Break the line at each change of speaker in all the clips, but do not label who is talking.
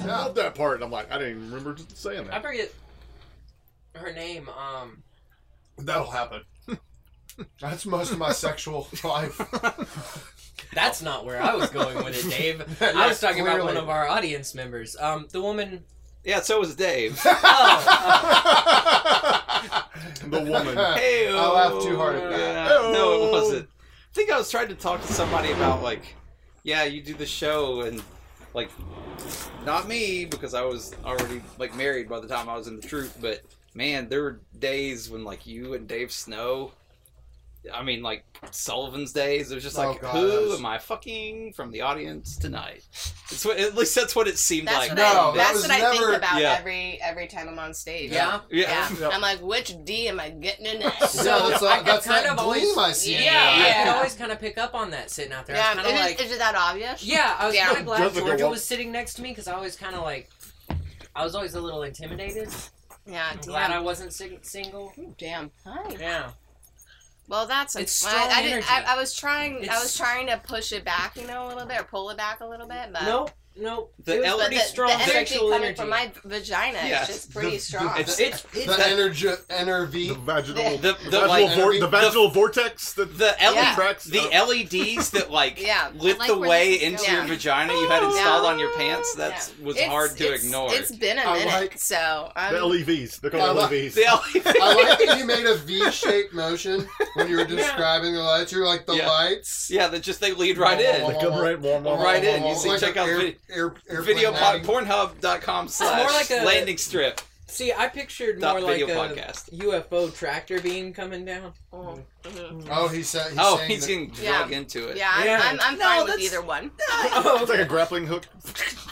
I love that part. And I'm like, I didn't even remember saying
I
that.
forget her name. Um,
That'll happen. That's most of my sexual life.
that's not where I was going with it, Dave. I was talking about one
Clearly.
of our audience members. Um, the woman.
Yeah, so was Dave.
Oh,
The woman.
hey,
I laughed too hard at that.
No,
Hey-oh.
it wasn't. I think I was trying to talk to somebody about like, yeah, you do the show and like, not me because I was already like married by the time I was in the troop. But man, there were days when like you and Dave Snow. I mean, like Sullivan's days. It was just
Oh,
like,
God, that
who
was-
am I fucking from the audience tonight? It's what, at least that's what it seemed
That's
like.
what
no,
I,
that
that's
was
what I
never-
think about
Yeah.
every every time I'm on stage.
yeah.
Yeah.
yeah,
I'm like, which D am I getting in
So
this?
that's,
I
a,
could
that's
kind
that
of always-
gleam I see.
Yeah,
in
Yeah.
I could always kind of pick up on that sitting out there. I
Yeah,
was
is,
kind of
it-
like,
is it that obvious?
yeah, I was
Yeah.
kind of glad
Jessica
Georgia
Wal-
was sitting next to me because I was kind of like, I was always a little intimidated.
Yeah,
I'm glad I
damn.
wasn't sing- single.
Ooh, damn. Hi.
Yeah,
Well, that's
It's
well,
strong
I, I didn't. I,
energy.
I was trying. I
It's-
was trying to push it back, you know, a little bit, or pull it back a little bit, but
nope, nope.
The
It was
but
Pretty
the,
strong
the energy
sexual
coming
energy.
from my v- vagina
Yeah.
is just pretty
The-
strong.
the-
it's it's,
The
it's
energy,
The
energy.
vaginal.
The-
the
the,
vaginal,
like,
vor-
the-
the vaginal vortex that
the LED
Yeah.
tracks
the
uh,
LEDs that like
Yeah, I
lit
like
the
where
way
this is
into
going.
your
Yeah.
vagina you had installed on your
Yeah.
pants that was
It's-
hard to
it's-
ignore.
It's been a
I
minute,
like-
so I'm,
the LEVs. They're
I
called E
like-
LEVs.
The E LED
I like that you made a V-shaped motion when you were
Yeah.
describing the lights. You're like the
Yeah.
lights.
yeah, that just they lead right
Whoa, whoa,
They
in.
whoa.
come right, warm, warm,
Right
warm,
in.
warm,
You see,
warm.
check out
air,
vid-
air, Oh, airplane
Video pod,
landing.
pornhub.com
more
slash
like a-
landing strip.
See, I pictured
Dot
more like a
video podcast.
UFO tractor beam coming down.
Mhm, mhm.
Oh, he said. He's
Oh,
saying
he's
that-
getting
Yeah.
drug into it.
Yeah, I'm,
Yeah.
I'm, I'm
No,
fine with
that's-
either one.
It's like a grappling hook.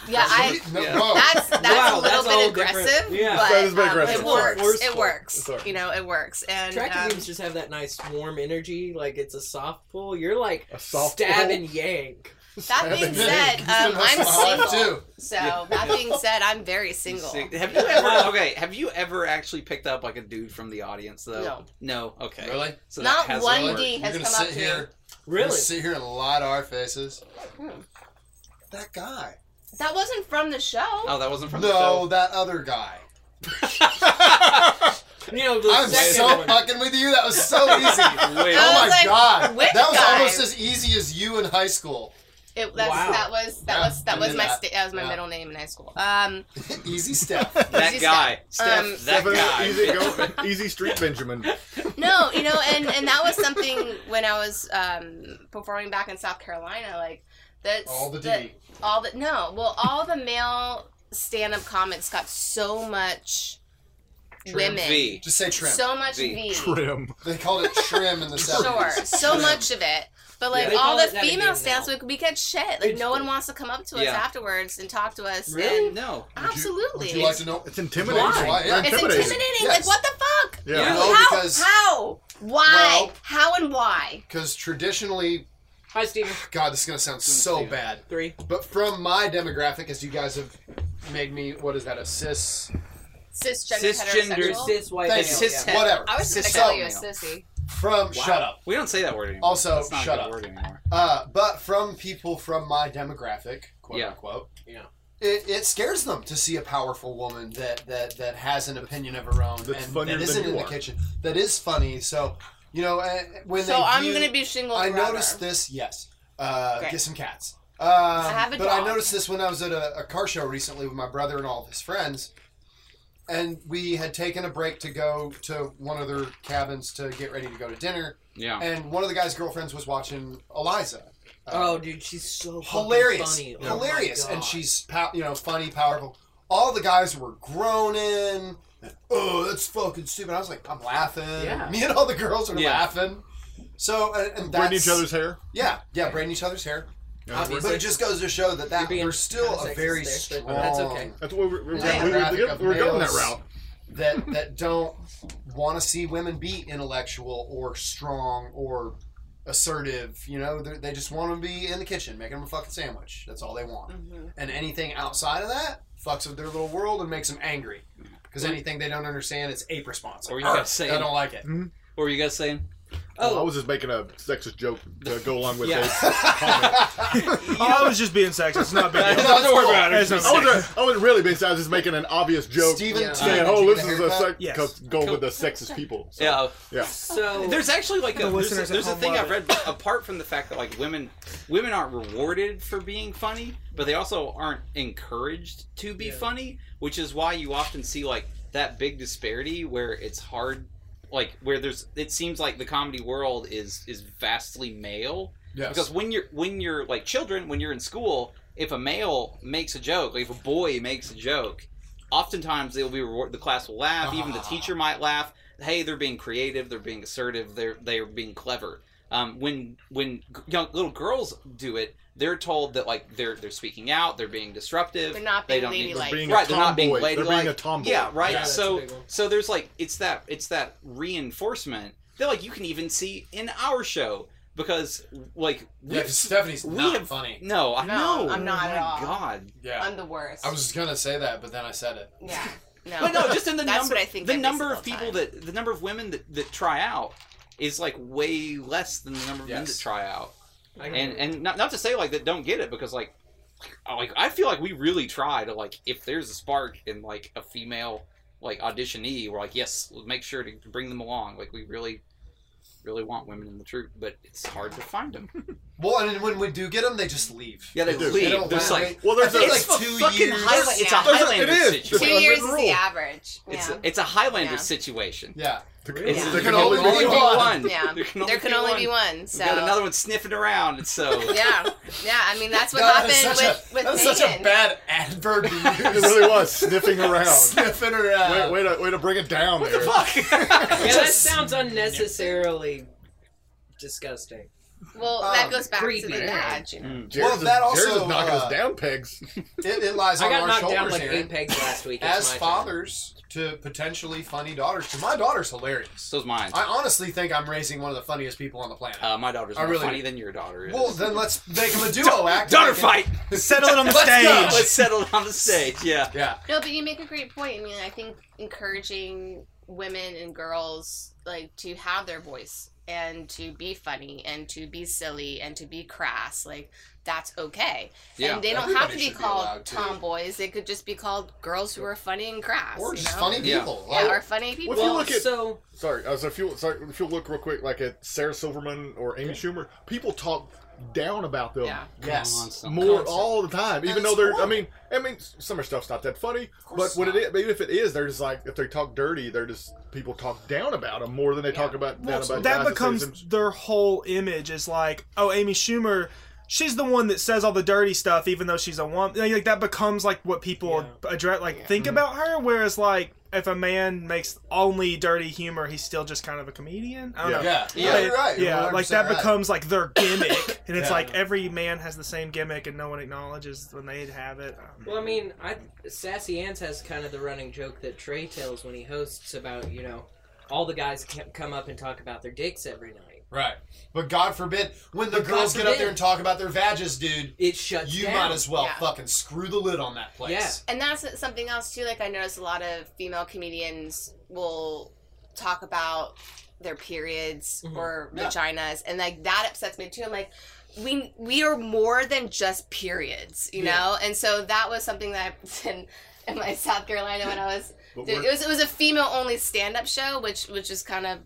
Yeah, I.
No,
Yeah.
no.
That's that's
Wow,
a little
that's a
bit
whole different-
aggressive.
Yeah.
but,
Oh. That is a bit
um,
aggressive.
it works. It
Sorry.
works.
Sorry.
You know, it works. And
Tractor
um,
beams just have that nice warm energy, like it's a soft pull. You're like
A soft
stab
pull.
and yank.
that being said, um, I'm
Hot,
single.
too.
So that being said, I'm very
You
single.
see- Have you ever okay? Have you ever actually picked up like a dude from the audience though?
No.
No. Okay.
Really?
So
Not
that hasn't
one
worked.
D. He
You're
has
gonna
come
sit
up to me.
here.
Really?
Just sit here and lie to our faces.
Hmm.
That guy.
That wasn't from the show.
Oh, that wasn't from the
No, that other guy.
show.
You know, the
I'm
second
so
one.
fucking with you. That was so easy.
Wait.
I was
oh my
like,
god,
which
that was
guy?
almost as easy as you in high school.
It, that's,
Wow.
That was that
Yeah,
was that
I
was
knew
my
that.
sta- that was my
Yeah.
middle name in high school. Um,
easy step.
uh,
that
Easy
guy, Steph,
Um,
that
Seven,
guy.
Easy, go, easy street Benjamin.
no, you know, and and that was something when I was um performing back in South Carolina, like that's
All the D.
all the no, well, all the male stand-up comics got so much women,
V.
Just say trim.
so much
V.
V,
Trim.
they called it trim in the
sure,
seventies.
so much of it. But
Yeah,
like
they
all
call
the
it that
female
again
stands,
now.
we, we get shit. Like
It's-
no one wants to come up to us
Yeah.
afterwards and talk to us.
Really?
And,
No.
absolutely.
Would you like to know?
It's intimidating.
Why?
They're
It's
It's
intimidating.
intimidating. Like
Yes.
what the fuck?
Yeah.
Really?
How?
because-
how? Why?
Well-
how and why?
Because traditionally,
Hi, Steven.
God, this is gonna sound so bad.
Three.
But from my demographic, as you guys have made me, what is that? A cis?
Cisgender,
Cisgender
You're
heterosexual.
cis white.
Thank
male,
you.
yeah.
Cis-
Whatever.
I was just
Cis-
gonna call
so-
you a sissy.
From shut up.
We don't say that word anymore.
Also,
That's not
shut
a good
up.
Word anymore.
Uh, but from people from my demographic, quote
Yeah.
unquote,
Yeah.
it, it scares them to see a powerful woman that that that has an opinion of her own
that's
and
funnier
that
than
isn't
you
in the
are.
kitchen. That is funny. So you know uh, when
So
they
I'm
view-
gonna be single
I
forever.
noticed this. Yes, uh,
Great.
get some cats. Um,
have a
but I
dog.
noticed this when I was at a, a car show recently with my brother and all of his friends, and we had taken a break to go to one of their cabins to get ready to go to dinner.
Yeah.
And one of the guy's girlfriends was watching Eliza. Uh,
Oh, dude, she's so fucking
hilarious,
funny. Oh my
hilarious, and
God.
she's pow- you know funny, powerful. All the guys were groaning. and, Oh, that's fucking stupid. I was like, I'm laughing.
Yeah.
Me and all the girls are
Yeah.
laughing. So and, and that's
Braiding each other's hair.
yeah, yeah, braiding each other's hair.
Obviously.
But it just goes to show that that
You're being
there's still
kinda
a very
sexist there,
strong
but that's okay.
That's what we're, we're,
Yeah.
we were, we
Demographic
were,
of
going that
males.
route.
that that don't want to see women be intellectual or strong or assertive. You know, They're- they just want to be in the kitchen making them a fucking sandwich. That's all they want.
Mm-hmm.
Mhm.
And anything outside of that fucks with their little world and makes them angry. Because anything they don't understand, it's ape responsive.
Or you got
I
saying?
don't like it.
What were you guys saying?
Oh, I
Oh,
was just making a sexist joke to go along with
Yeah.
Dave's comment.
I was just being sexist. It's not a big deal.
don't worry about
It's
it.
not
I
sexist.
wasn't, I wasn't really being sad. I was just making an obvious joke.
Steven
Yeah.
T,
saying,
did
oh,
you
this
get
is
a
a
haircut?
sex,
Yes.
co- go with the sexist people. So,
Yeah.
yeah.
So
There's actually like a
The
there's,
listeners
a, there's
at
a
home
thing
love
I've read apart from the fact that like women women aren't rewarded for being funny, but they also aren't encouraged to be
Yeah.
funny, which is why you often see like that big disparity where it's hard like where there's it seems like the comedy world is is vastly male
Yes.
because when you're when you're like children when you're in school if a male makes a joke like if a boy makes a joke oftentimes they'll be reward the class will laugh even the
Ah.
teacher might laugh hey they're being creative they're being assertive they're they're being clever um, when when g- young little girls do it they're told that like they're they're speaking out they're being disruptive
They're not
they
being
don't need-
ladylike.
Being
right
a
they're not being
tomboy. They're
ladylike
being a tomboy.
yeah right
Yeah, that's a
so
big one.
so there's like it's that it's that reinforcement that like you can even see in our show because like we
Yeah, 'cause Stephanie's
we
not
have-
funny.
no I
No,
know
I'm not
oh my
at all.
god
Yeah.
I'm the worst.
I was just gonna say that, but then I said it.
Yeah. No.
but no just in the
That's
number
what I think
the
every
number of
single
people
time.
that the number of women that, that try out is like way less than the number of men
Yes.
that try out
I can-
Mm-hmm.
and and not, not to say like that don't get it because like I- like I feel like we really try to like if there's a spark in like a female like auditionee we're like yes we'll make sure to bring them along like we really really want women in the troupe but it's hard to find them
Well, and then when we do get them, they just leave.
yeah they,
They do.
leave
They don't
there's
laugh.
like
Well, there's a,
It's- like two
fucking
years.
Highla- it's a
Yeah.
There's a-
Highlander
it is.
Two
It's
situation
an
years is
unwritten
the
rule.
average.
it's
yeah.
a, it's a Highlander
Yeah.
situation
Yeah.
There
Really?
It's-
there
there
can only be
one.
one.
yeah. There can only be one.
we
So.
got another one sniffing around and so
yeah. Yeah. I mean, that's what
That
happened
is such
with
a-
with
That's such a
Megan.
bad adverb to
It
use.
really was sniffing around.
Sniffing around.
Way, way, to, way to bring it down there.
fuck
yeah, that sounds unnecessarily disgusting.
Well,
Um,
that goes back to
creepy.
the badge. You know?
Mm.
Jared's
Well, that
is- Jared's
also,
is knocking
uh,
us down pegs.
It, it lies
I
on
got
our
knocked
shoulders
down like
here.
eight pegs last week. It's
As
my
fathers to potentially funny daughters, 'cause my daughter's hilarious.
so's mine
I honestly think I'm raising one of the funniest people on the planet.
uh, my daughter's
I
more
really-
funny than your daughter is
well, then let's make them a duo act.
daughter
Make it-
fight
Settle it on the
Let's go.
stage.
Let's settle it on the stage. Yeah.
Yeah.
No, but you make a great point. I mean, I think encouraging women and girls like to have their voice and to be funny and to be silly and to be crass, like that's okay.
Yeah,
and they don't
everybody
have to be
should be
called
allowed to.
tomboys. They could just be called girls who are funny and crass.
Or
you
just
know?
funny
Yeah.
people.
Yeah,
Like,
or funny people.
If you
Well,
look at-
so
Sorry, uh, so if you sorry, if you look real quick, like at Sarah Silverman or Amy Schumer, people talk down about them
Yeah.
yes.
more
Constant.
all the time. Even
And
though
it's
they're, I
horrible.
mean, I mean, some of their stuff's not that funny, but
course
what it
not.
is, even if it is, they're just like if they talk dirty, they're just people talk down about them more than they talk about down about guys
that
say
becomes
some-
their whole image is like oh amy schumer she's the one that says all the dirty stuff even though she's a woman like, like, that becomes like what people address like think about her whereas like if a man makes only dirty humor he's still just kind of a comedian i don't know
Yeah.
Yeah.
you're right. You're
yeah, like
100%
that
right.
becomes like their gimmick, and it's
Yeah.
like every man has the same gimmick, and no one acknowledges when they have it.
Well, I mean, I Sassy Ann's has kind of the running joke that Trey tells when he hosts about, you know, all the guys ca- come up and talk about their dicks every night.
Right. But God forbid, when the
But God
girls get up there
forbid.
and talk about their vages, dude,
It shuts
you
down.
might as well
Yeah.
fucking screw the lid on that place.
And that's something else too. Like I notice a lot of female comedians will talk about their periods
Mhm.
or
Yeah.
vaginas, and like that upsets me too. I'm like, we we are more than just periods, you
Yeah.
know. And so that was something that I in, in my South Carolina when I was
but
it
we're-
was it was a female only stand up show, which which is kind of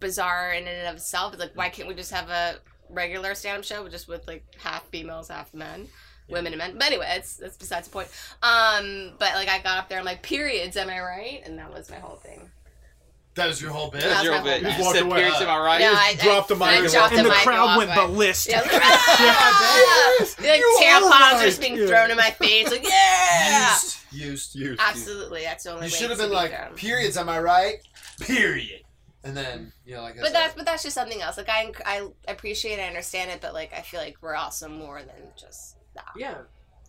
bizarre in and of itself. It's like why can't we just have a regular stand up show with- just with like half females, half men? Women and men. But anyway, it's that's besides the point. Um, but like I got up there, I'm like, periods, am I right? And that was my whole thing.
That is your whole bit.
Yeah.
That's your
my
bit.
whole-
Just
You said
walked away.
periods, am I right?
no,
just
I,
dropped
I,
the mic
I
and
dropped
walked
the
and the
mic
crowd
off
went
my-
ballistic.
Yeah, like, ah! like
You are
tampons are
right.
just being
Yeah.
thrown in my face. Like, yeah,
Used. Used.
you-
absolutely. That's the only.
You
way
should have
to
been
be
like,
thrown.
periods, am I right? Period. And then, you know, like I
But
said,
that's but that's just something else. Like I I appreciate, I understand it, but like I feel like we're also more than just that.
Yeah.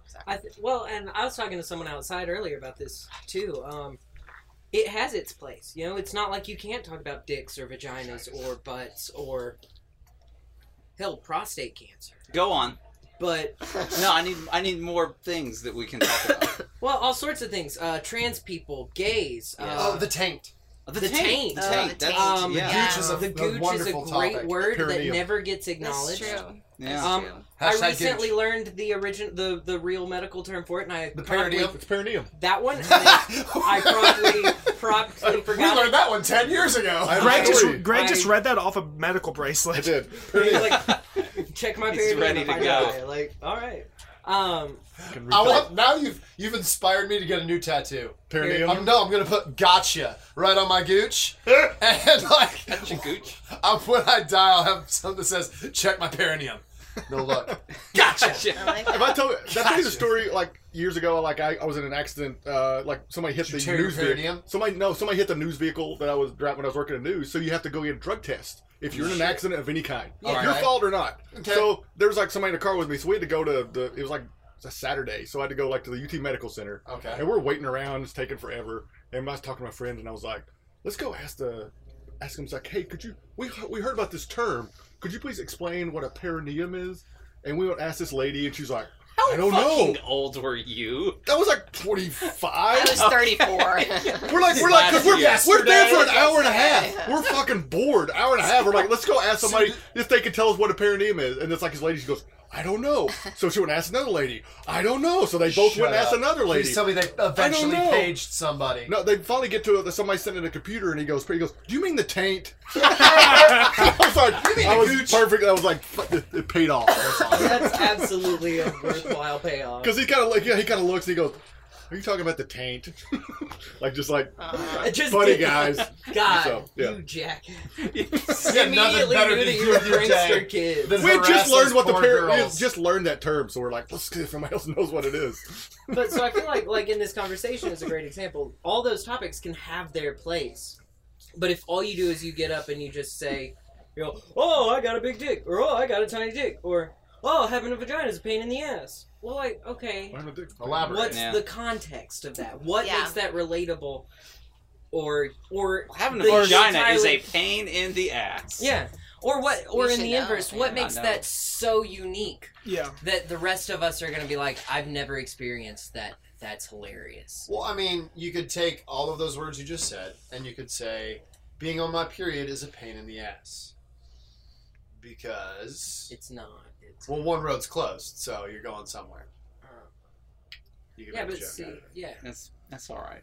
So.
I th- well, and I was talking to someone outside earlier about this too. Um, it has its place. You know, it's not like you can't talk about dicks or vaginas or butts or hell, prostate cancer.
Go on.
But
No, I need I need more things that we can talk about.
well, all sorts of things. Uh, trans people, gays.
Yeah.
Uh,
oh, the taint.
The,
The
taint.
taint.
Oh, the
That's,
taint.
Um,
yeah.
Yeah.
Gooch is a,
the
a
gooch is a
wonderful
great
topic.
word
Perineal.
that never gets
That's
acknowledged.
true.
yeah.
Um,
Hashtag
I recently
Gooch.
learned the origin, the the real medical term for it, and I
The
promptly-
perineum.
It's perineum.
That one, and then I promptly promptly
we
forgot.
learned that one ten years ago.
I-
Greg just
Sorry.
Greg just
I-
read that off a medical
I
bracelet.
did.
it.
Perineum.
Like, check my
He's
period.
ready
if
to
I
go.
die. Like, all right. Um,
Can
I
refill
want now you've you've inspired me to get a new tattoo.
Perineum.
I'm, no, I'm gonna put gotcha right on my gooch, and like
That's your gooch.
I'm, when I die, I'll have something that says check my perineum. No luck. gotcha.
I like
If
that.
I told that's actually the story like years ago, like I, I was in an accident, uh, like somebody hit the
you tear your
news
perineum?
vehicle. Somebody no, somebody hit the news vehicle that I was driving when I was working in news. So you have to go get a drug test if you're in an accident of any kind,
Yeah.
your
Alright.
fault or not.
Okay.
So there was like somebody in the car with me, so we had to go to the. It was like a Saturday, so I had to go like to the UT Medical Center.
Okay.
And we're waiting around, it's taking forever. And I was talking to my friend, and I was like, "Let's go ask the, ask him." It's like, "Hey, could you? We we heard about this term. Could you please explain what a perineum is?" And we went ask this lady, and she's like, "I don't know."
Fucking old were you?
That was like
I
25.
was 34.
We're like, we're like, 'cause we're,
Last
we're there for an
yesterday.
hour and a half.
Yesterday.
We're fucking bored. Hour and a half. We're like, let's go ask somebody if they can tell us what a perineum is. And it's like this lady, she goes, I don't know. So she went and asked another lady, I don't know. So they both went and
Shut
asked
up.
another lady.
Please tell me they eventually
know.
paged somebody.
No, they finally get to it. Somebody sent in a computer, and he goes, he goes, do you mean the taint? I was like,
mean
I
the
was
gooch?
perfect. I was like, fuck, it, it paid off.
that's absolutely a worthwhile payoff.
Because he kind of like, yeah, he kind of looks, and he goes, are you talking about the taint? like, just like,
Uh,
Just
funny
did-
guys.
God,
So, yeah.
you jackass.
You had nothing
Immediately
better
knew
to
that
do
you were
with your
prankster
day
kids.
than
We had
harass
just learned
those
what the
poor
par- we had
girls.
just learned that term, so we're like, let's see if somebody else knows what it is.
but so I feel like like in this conversation is a great example. All those topics can have their place, but if all you do is you get up and you just say, you know, oh I got a big dick, or oh I got a tiny dick, or oh having a vagina is a pain in the ass. Well, like okay,
Elaborate.
what's
Yeah.
the context of that? What
Yeah.
makes that relatable? Or or
Having a
the
vagina is
entirely-
a pain in the ass.
yeah. Or what? Or
We
in
should
the
know,
inverse,
yeah.
what makes
I know.
that so unique
Yeah.
that the rest of us are going to be like, I've never experienced that. That's hilarious.
Well, I mean, you could take all of those words you just said, and you could say, "Being on my period is a pain in the ass," because
It's not. It's
well, one road's closed, so you're going somewhere.
uh,
You can
yeah,
make
but
a joke
see,
out of it.
yeah.
That's that's all right.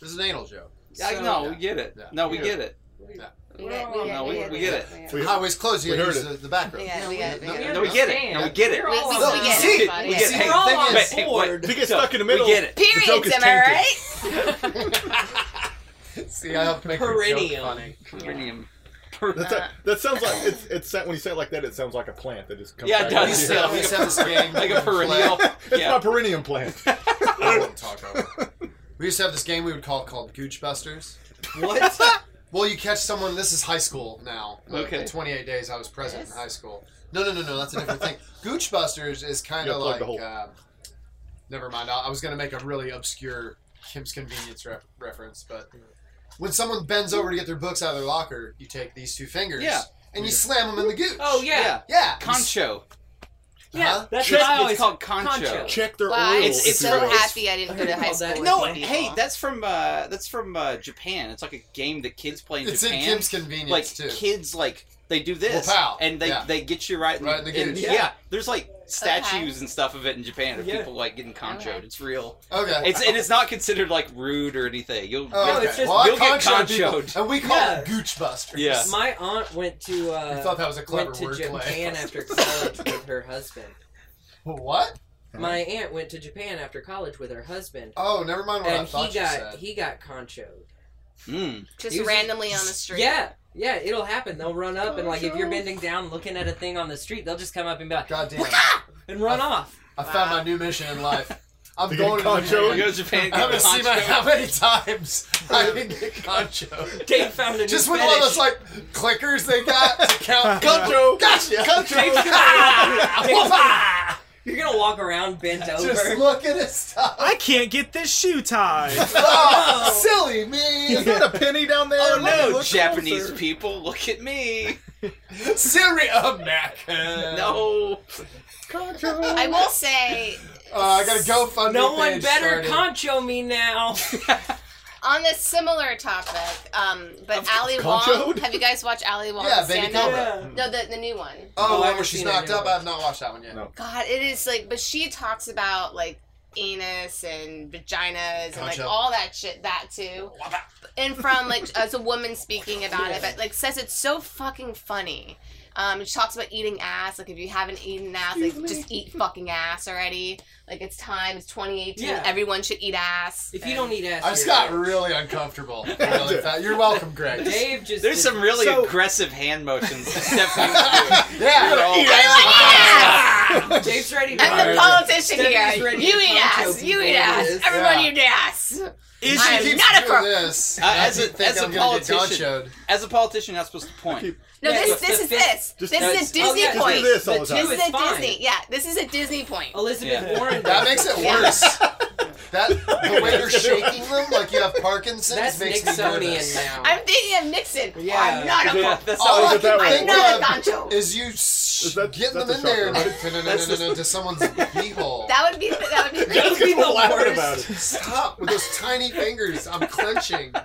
This is an anal joke.
I,
So-
no, we get it.
Yeah.
No, we
Yeah.
get it.
we get- we
no, we-
get-
we get it.
We-
The highway's closed. You
we
gotta
heard
use
it.
the, the back road.
Yeah, we get it.
No,
We
No,
get
we get it.
understand.
No, we get it.
We're all
We-
on
we
board.
get it.
see,
everybody.
we
Yeah.
get
We're
it.
all
Thing
on
is-
board.
wait,
If
he gets stuck in the middle-
we get it.
it.
The joke
Periods,
is
am I
tainted.
right?
See, I have to make a joke
Perineum.
funny.
Perineum.
That's a, that sounds like it's, it's sa- when you say it like that, it sounds like a plant that just comes.
Yeah, it
back
We
does.
to
used
you.
to we used to have this game.
Like a perennial.
It's
Yeah.
my perennium plant.
I wouldn't talk over. it. We used to have this game we would call called Gooch Busters.
What?
Well, you catch someone. This is high school now.
Okay.
In 28 days, I was present
Yes.
in high school. No, no, no, no. That's a different thing. Gooch Busters is kind
Yeah,
of
plug
like.
the hole.
Um, never mind. I, I was going to make a really obscure Kim's Convenience ref- reference, but when someone bends over to get their books out of their locker, you take these two fingers
Yeah.
and you slam them in the gooch.
Oh yeah.
Yeah.
Concho.
Yeah.
Huh?
That's
Check-
what I
It's
always
called concho.
Concho.
Check their
Wow,
oil.
I'm
It's- it's
if
so
you will.
happy I didn't go to high
Called that-
school.
No,
with you
hey,
people.
that's from uh, that's from uh, Japan. It's like a game that kids play in
It's in
Japan.
Kim's Convenience,
like
too.
kids, like they do this,
Well, pow.
and they
Yeah.
they get you right. in-
Right in the
in-
gooch.
yeah.
Yeah.
there's like statues and stuff of it in Japan of
Yeah.
people like getting conchoed.
Okay.
It's real.
Okay.
It's and it's not considered like rude or anything. You'll
Oh,
No,
okay.
it's just-
well, I
You'll get
conchoed people,
conchoed.
and we call
Yeah.
them Gooch Busters.
Yeah.
My aunt went to
I thought
uh,
that was a clever
went to
wordplay.
Japan after college with her husband.
What?
My aunt went to Japan after college with her husband,
Oh, never mind what I
and
thought
he
you
got
said.
he got conchoed.
Mm.
just
Usually-
randomly on the street.
Yeah. Yeah, it'll happen. They'll run up and like if you're bending down looking at a thing on the street, they'll just come up and be like,
God damn.
and run off.
I found my new mission in life. I'm
To get
going to
conchoed?
You go to
Japan.
Japan.
I'm gonna
get
see my,
conchoed.
how many times I can get conchoed.
Dave found a
Just
new
with one of
fetish.
those like clickers they got to count.
Concho.
Gotcha.
Concho.
Gotcha.
You're gonna walk around bent over.
Just looking at stuff.
I can't get this shoe tied.
Oh, silly me.
Is that a penny down there?
Oh
Let me
no,
look
Japanese
closer.
people, look at me.
Silly American.
No.
Concho.
I will say,
Uh, I got a GoFundMe
no one
page
better
started.
concho me now.
on this similar topic, um, but
Of
Ali Wong.
Conchoed?
Have you guys watched Ali Wong?
Yeah, Baby Cobra.
No, the, the new one.
Oh,
Oh, I
the one
haven't
where she's
seen it
knocked
yet.
up. I've not watched that one yet.
No.
God, it is like, but she talks about like anus and vaginas and like
Concho.
all that shit, that too. And from like as a woman speaking about it, but like says it's so fucking funny. Um, she talks about eating ass. Like if you haven't eaten ass, like just eat fucking ass already. Like it's time. It's 2018.
Yeah.
Everyone should eat ass.
If you
And-
don't eat ass,
I just
you're
got
rich.
really uncomfortable. really fast. You're welcome, Greg.
Dave just
There's some really
So-
aggressive hand motions. that Stephanie was doing. They're
yeah.
all-
Dave's ready. To
I'm the politician
Stephanie's
here.
ready to
You eat
concho
ass. You
people.
eat ass.
Yes.
Everyone
Yeah.
eat ass.
Is
I
she
am
keeps
not a
doing
pro-
this.
Uh, as a-
I think
as a
I'm gonna get
politician.
gonchoed.
As a politician, you're not supposed to point.
No,
Yeah,
this
the-
this
the fifth-
is this.
just-
This is
That's-
a Disney
oh, yeah,
Just do
point.
this all the
But
time.
two
This
is
is a
fine. Oh.
Disney. Yeah, this is a Disney point.
Elizabeth
Yeah.
Warren.
That makes it
Yeah.
worse. That the way you're shaking them like you have Parkinson's
That's
makes me
Nixonian
nervous.
now.
I'm thinking of Nixon.
Yeah.
I'm not a
Yeah,
punk.
that's
Oh,
not
All I
is it that
can
way?
I'm
think
not a
of
goncho.
is you s-
Is that-
getting them
that's
in
a
there
shotgun,
to someone's beehole.
That would be that would be
That's
great.
we're laughing about it.
Stop with those tiny fingers. I'm clenching.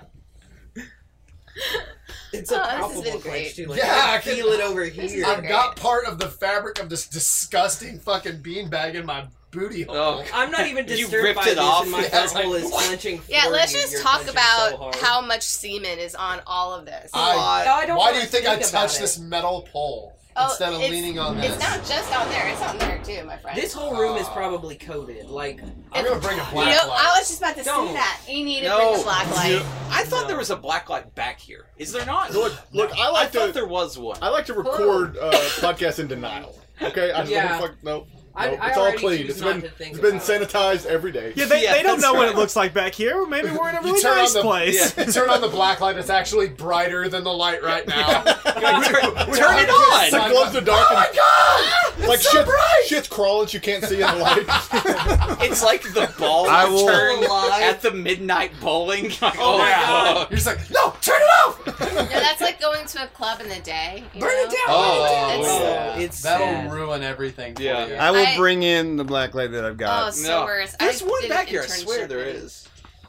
It's a
Oh, this has
palpable
been
clench
great.
too. Like,
Yeah,
I,
I
can
can-
feel it over
This is
here.
I've got part of the fabric of this disgusting fucking beanbag in my booty hole.
Oh,
I'm not even
You
disturbed
ripped
by
it
this,
off.
and my
Yeah,
butthole
it's like,
is clenching.
Yeah,
for
let's
you.
just
You're
talk
clenching
about
so hard.
how much semen is on all of this.
I,
No, I don't
why
wanna
do you think, I
think about
touched
it.
this metal pole
Oh,
instead of
it's-
leaning on this?
it's not just on there; it's on there too, my friend.
This whole room is probably coated. Like,
I'm gonna bring a
you know,
black
I
light.
was just about to
Don't.
say that. You need to
No.
bring a black light.
I thought
No.
there was a black light back here. Is there not?
Look, look, I
I
like
thought
to.
there was one.
I like to record uh, podcasts in denial. Okay, I just
Yeah.
don't fuck. No,
I-
no,
I
it's all
already
clean.
choose
It's
not
been
to think
it's been
about it.
sanitized every day.
Yeah, they,
Yeah,
they don't
that's
know what
right.
it looks like back here. Maybe we're in a
You
really
turn on
nice
the-
place.
yeah.
Turn on the black light. It's actually brighter than the light right now.
turn turn it
It's
on.
like gloves are dark. Oh my god! like shit, shit's crawling. You can't see in the light.
It's like the ball
I will-
turned
Alive.
at the midnight bowling. Like, oh,
my
fuck.
God.
You're just like, no, turn it off.
No, that's like going to a club in the day. you
Burn it
know?
down.
Oh,
It's-
yeah. it's
that'll
sad.
ruin everything. for
Yeah.
you.
I will
I-
bring in the black light that I've
Oh,
got.
so
No.
worse.
There's
I
one
did an
back here. I swear
internship
there
and
is.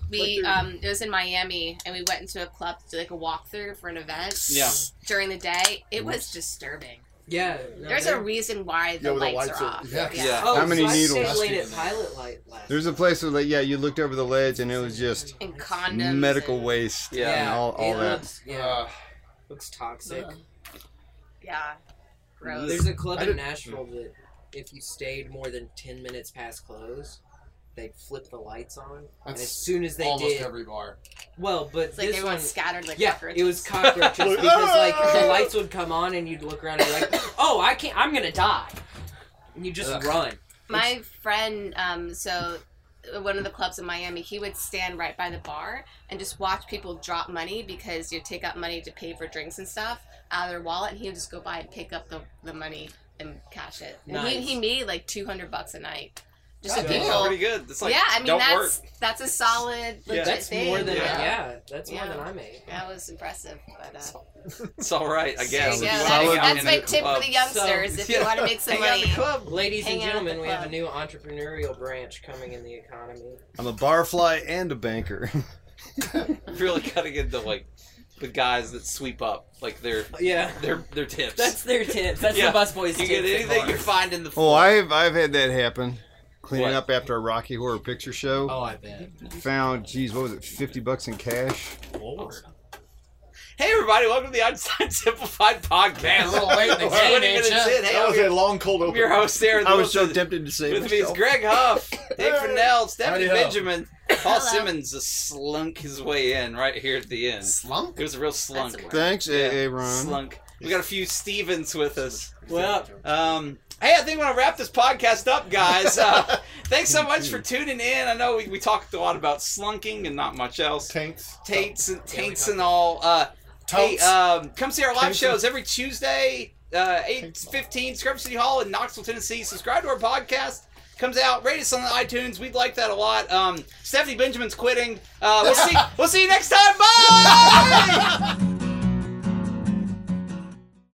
We um, it was in Miami, and we went into a club to do like a walkthrough for an event.
Yeah.
During the day, it was disturbing.
yeah. no,
There's
there-
a reason why
Yeah,
the, lights,
the
are,
lights are-
off.
yeah.
Yeah.
Oh,
How many
so I
needles?
stayed late at Pilot Light last.
There's a place where, like, yeah, you looked over the ledge and it was just
And condoms.
medical
and-
waste
Yeah.
and all, all
it
that.
Looks, yeah,
Uh,
looks toxic.
Yeah. Gross.
There's a club
I
in
didn't-
Nashville that if you stayed more than ten minutes past close, they'd flip the lights on. And as
that's
soon as they
almost
did,
every bar.
well, but
It's like
this
everyone
one,
scattered like
yeah,
cockroaches.
it was cockroaches
Like,
because like the
"Ah!"
lights would come on and you'd look around and be like, oh, I can't, I'm gonna die, and you just
Ugh.
run.
My friend, um, so one of the clubs in Miami, he would stand right by the bar and just watch people drop money because you take out money to pay for drinks and stuff out of their wallet, and he would just go by and pick up the, the money and cash it. And he,
Nice.
he made like two hundred bucks a night. Just
God
a
damn.
deal.
Pretty good. It's like
yeah, I mean
don't
that's
work.
that's a solid legit
That's
thing.
more than yeah,
yeah.
that's
Yeah.
more than I made.
That was impressive. But, uh,
It's all right, I
there
guess.
you go.
If
Solid-
you
That's,
wanna hang out
that's
in
my
the
tip
club.
for the youngsters. if you
Yeah.
want to make some
Hang out in
money,
the club.
Ladies and
Hang out at the
gentlemen, we have a
club.
new entrepreneurial branch coming in the economy.
I'm a barfly and a banker.
Really cutting into like the guys that sweep up like their
Yeah,
their their tips.
that's their tips. That's
Yeah.
the busboys'
you
tips.
get
at
anything you
bars.
find in the
oh,
floor.
I've I've had that happen. Cleaning
What?
up after a Rocky Horror Picture Show,
Oh,
I bet.
found geez, what was it, fifty bucks in cash?
Hey everybody, welcome to the Einstein Simplified
Man, a
Podcast.
little late in the
Twenty
game,
minutes
ain't ya?
in. Hey,
that
I'm
was a
your,
long cold
I'm
open.
your host Aaron
I was so
Wilson.
tempted to say
With me is
myself.
Greg Huff, Dave Fernell, Stephanie
Howdy ho.
Benjamin, Paul
Hello.
Simmons just slunk his way in right here at the end.
Slump?
It was a real slunk.
That's a word.
Thanks, A.A. Ron.
Slunk. We got a few Stevens with us.
Well,
Um, hey, I think we're gonna wrap this podcast up, guys. Uh, thanks so much for tuning in. I know we, we talked a lot about slunking and not much else.
Tanks.
Taints and taints and all. Uh, hey,
Totes.
um, come see our live
Taints and-
shows every Tuesday, uh, eight fifteen, Scrub City Hall in Knoxville, Tennessee. Subscribe to our podcast. Comes out. Rate us on the iTunes. We'd like that a lot. Um, Stephanie Benjamin's quitting. Uh, we'll see. We'll see you next time. Bye.